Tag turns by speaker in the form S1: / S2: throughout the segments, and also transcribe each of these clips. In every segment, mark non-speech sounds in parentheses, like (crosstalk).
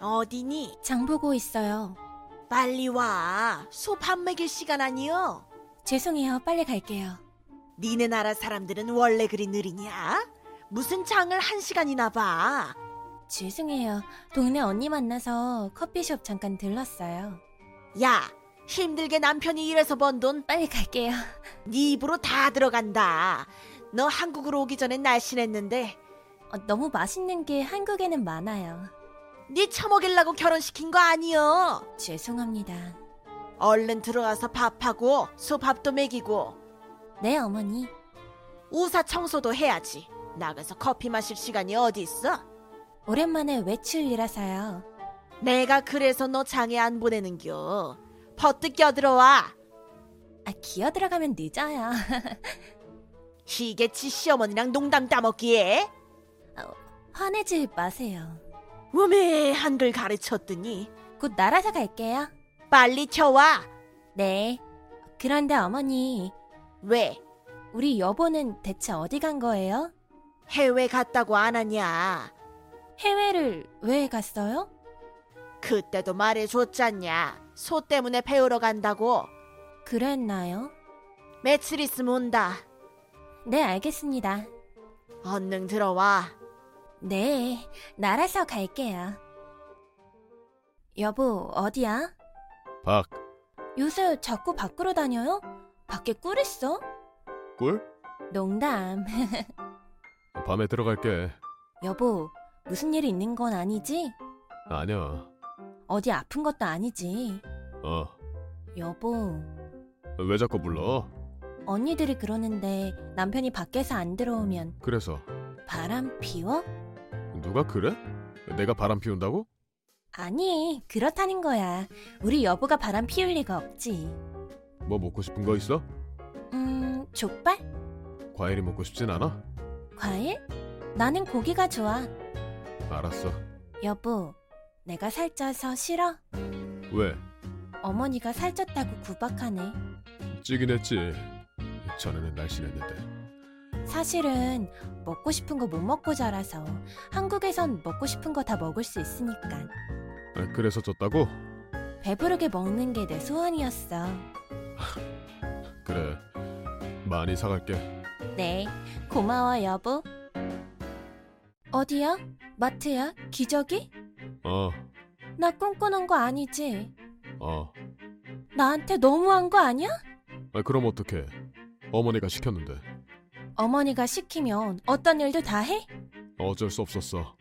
S1: 어디니?
S2: 장 보고 있어요.
S1: 빨리 와. 소 밥 먹일 시간 아니여.
S2: 죄송해요. 빨리 갈게요.
S1: 니네 나라 사람들은 원래 그리 느리냐? 무슨 장을 한 시간이나 봐.
S2: 죄송해요. 동네 언니 만나서 커피숍 잠깐 들렀어요.
S1: 야, 힘들게 남편이 일해서 번 돈 네
S2: 빨리 갈게요.
S1: 입으로 다 들어간다. 너 한국으로 오기 전엔 날씬했는데
S2: 어, 너무 맛있는 게 한국에는 많아요.
S1: 네 처먹일라고 결혼시킨 거 아니여.
S2: 죄송합니다.
S1: 얼른 들어와서 밥하고 소밥도 먹이고
S2: 네, 어머니.
S1: 우사 청소도 해야지. 나가서 커피 마실 시간이 어디 있어?
S2: 오랜만에 외출이라서요.
S1: 내가 그래서 너 장에 안 보내는겨. 버뜩 껴들어와.
S2: 아, 기어 들어가면 늦어요. (laughs)
S1: 희개치 시어머니랑 농담 따먹기에.
S2: 화내지 마세요.
S1: 우메 한글 가르쳤더니
S2: 곧 날아서 갈게요.
S1: 빨리 켜와.
S2: 네. 그런데 어머니,
S1: 왜?
S2: 우리 여보는 대체 어디 간 거예요?
S1: 해외 갔다고 안 하냐?
S2: 해외를 왜 갔어요?
S1: 그때도 말해줬잖냐. 소 때문에 배우러 간다고.
S2: 그랬나요?
S1: 며칠 있으면 온다.
S2: 네, 알겠습니다.
S1: 얼른 들어와.
S2: 네, 날아서 갈게요. 여보, 어디야?
S3: 박,
S2: 요새 자꾸 밖으로 다녀요? 밖에 꿀 있어?
S3: 꿀?
S2: 농담. (laughs)
S3: 밤에 들어갈게.
S2: 여보, 무슨 일 있는 건 아니지?
S3: 아니야.
S2: 어디 아픈 것도 아니지?
S3: 어.
S2: 여보,
S3: 왜 자꾸 불러?
S2: 언니들이 그러는데 남편이 밖에서 안 들어오면
S3: 그래서
S2: 바람 피워?
S3: 누가 그래? 내가 바람 피운다고?
S2: 아니, 그렇다는 거야. 우리 여보가 바람 피울 리가 없지.
S3: 뭐 먹고 싶은 거 있어?
S2: 음, 족발?
S3: 과일이 먹고 싶진 않아?
S2: 과일? 나는 고기가 좋아.
S3: 알았어.
S2: 여보, 내가 살쪄서 싫어?
S3: 왜?
S2: 어머니가 살쪘다고 구박하네.
S3: 찌긴 했지. 전에는 날씬했는데.
S2: 사실은 먹고 싶은 거 못 먹고 자라서 한국에선 먹고 싶은 거 다 먹을 수 있으니까
S3: 아, 그래서 쪘다고?
S2: 배부르게 먹는 게 내 소원이었어.
S3: 그래. 많이 사갈게.
S2: 네, 고마워 여보. 어디야? 마트야? 기저귀?
S3: 어,
S2: 나 꿈꾸는 거 아니지?
S3: 어.
S2: 나한테 너무한 거 아니야?
S3: 아, 그럼 어떡해. 어머니가 시켰는데.
S2: 어머니가 시키면 어떤 일도 다 해?
S3: 어쩔 수 없었어.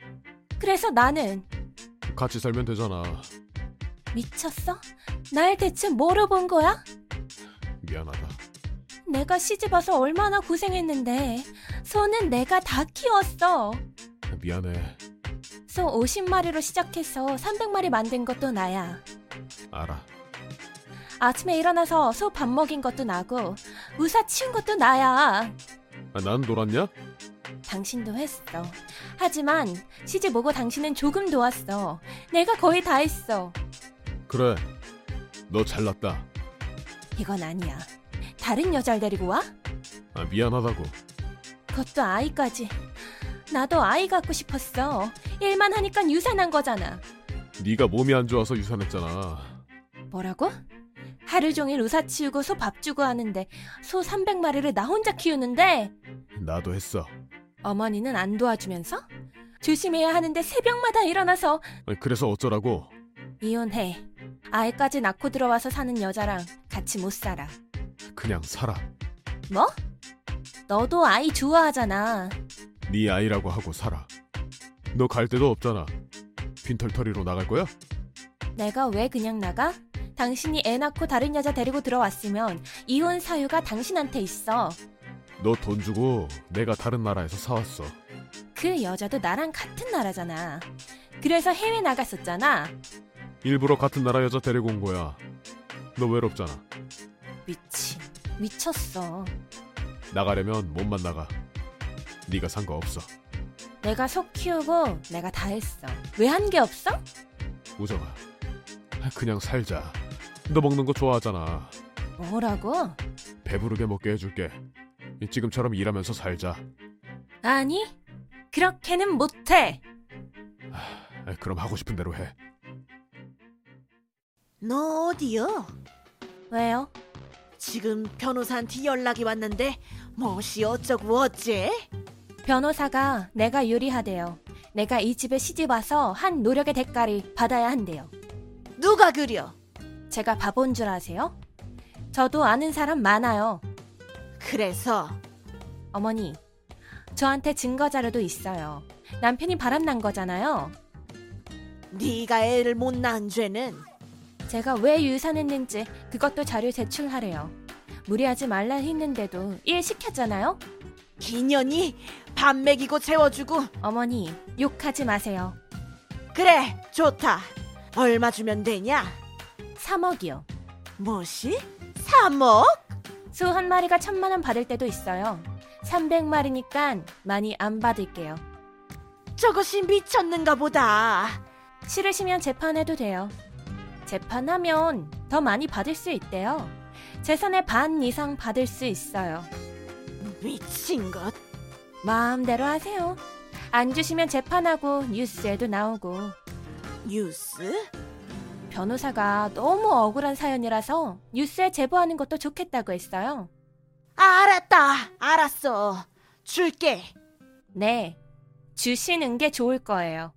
S2: 그래서 나는
S3: 같이 살면 되잖아.
S2: 미쳤어? 날 대체 뭐로 본 거야?
S3: 미안하다.
S2: 내가 시집 와서 얼마나 고생했는데 소는 내가 다 키웠어.
S3: 미안해.
S2: 소 50마리로 시작해서 300마리 만든 것도 나야.
S3: 알아.
S2: 아침에 일어나서 소 밥 먹인 것도 나고 우사 치운 것도 나야.
S3: 아, 난 놀았냐?
S2: 당신도 했어. 하지만 시집 오고 당신은 조금 도왔어. 내가 거의 다 했어.
S3: 그래. 너 잘났다.
S2: 이건 아니야. 다른 여자를 데리고 와?
S3: 아, 미안하다고.
S2: 그것도 아이까지. 나도 아이 갖고 싶었어. 일만 하니까 유산한 거잖아.
S3: 네가 몸이 안 좋아서 유산했잖아.
S2: 뭐라고? 하루 종일 우사 치우고 소 밥 주고 하는데 소 300마리를 나 혼자 키우는데
S3: 나도 했어.
S2: 어머니는 안 도와주면서 조심해야 하는데 새벽마다 일어나서
S3: 아니, 그래서 어쩌라고?
S2: 이혼해. 아이까지 낳고 들어와서 사는 여자랑 같이 못 살아.
S3: 그냥 살아.
S2: 뭐? 너도 아이 좋아하잖아.
S3: 네 아이라고 하고 살아. 너 갈 데도 없잖아. 빈털터리로 나갈 거야?
S2: 내가 왜 그냥 나가? 당신이 애 낳고 다른 여자 데리고 들어왔으면 이혼 사유가 당신한테 있어.
S3: 너 돈 주고 내가 다른 나라에서 사왔어.
S2: 그 여자도 나랑 같은 나라잖아. 그래서 해외 나갔었잖아.
S3: 일부러 같은 나라 여자 데리고 온 거야. 너 외롭잖아.
S2: 미친. 미쳤어.
S3: 나가려면 몸만 나가. 네가 산 거 없어.
S2: 내가 속 키우고 내가 다 했어. 왜 한 게 없어?
S3: 우정아. 그냥 살자. 너 먹는 거 좋아하잖아.
S2: 뭐라고?
S3: 배부르게 먹게 해줄게. 지금처럼 일하면서 살자.
S2: 아니, 그렇게는 못해.
S3: 그럼 하고 싶은 대로 해.
S1: 너 어디요?
S2: 왜요?
S1: 지금 변호사한테 연락이 왔는데 뭐시 어쩌고 어째?
S2: 변호사가 내가 유리하대요. 내가 이 집에 시집 와서 한 노력의 대가를 받아야 한대요.
S1: 누가 그려?
S2: 제가 바본 줄 아세요? 저도 아는 사람 많아요.
S1: 그래서
S2: 어머니, 저한테 증거 자료도 있어요. 남편이 바람난 거잖아요.
S1: 네가 애를 못 낳은 죄는
S2: 제가 왜 유산했는지 그것도 자료 제출하래요. 무리하지 말라 했는데도 일 시켰잖아요.
S1: 기년이 밥 먹이고 재워주고
S2: 어머니, 욕하지 마세요.
S1: 그래 좋다. 얼마 주면 되냐?
S2: 3억이요.
S1: 뭐시? 3억?
S2: 수 한 마리가 천만 원 받을 때도 있어요. 300마리니까 많이 안 받을게요.
S1: 저것이 미쳤는가 보다.
S2: 싫으시면 재판해도 돼요. 재판하면 더 많이 받을 수 있대요. 재산의 반 이상 받을 수 있어요.
S1: 미친 것.
S2: 마음대로 하세요. 안 주시면 재판하고 뉴스에도 나오고
S1: 뉴스?
S2: 변호사가 너무 억울한 사연이라서 뉴스에 제보하는 것도 좋겠다고 했어요.
S1: 아, 알았다. 알았어. 줄게.
S2: 네, 주시는 게 좋을 거예요.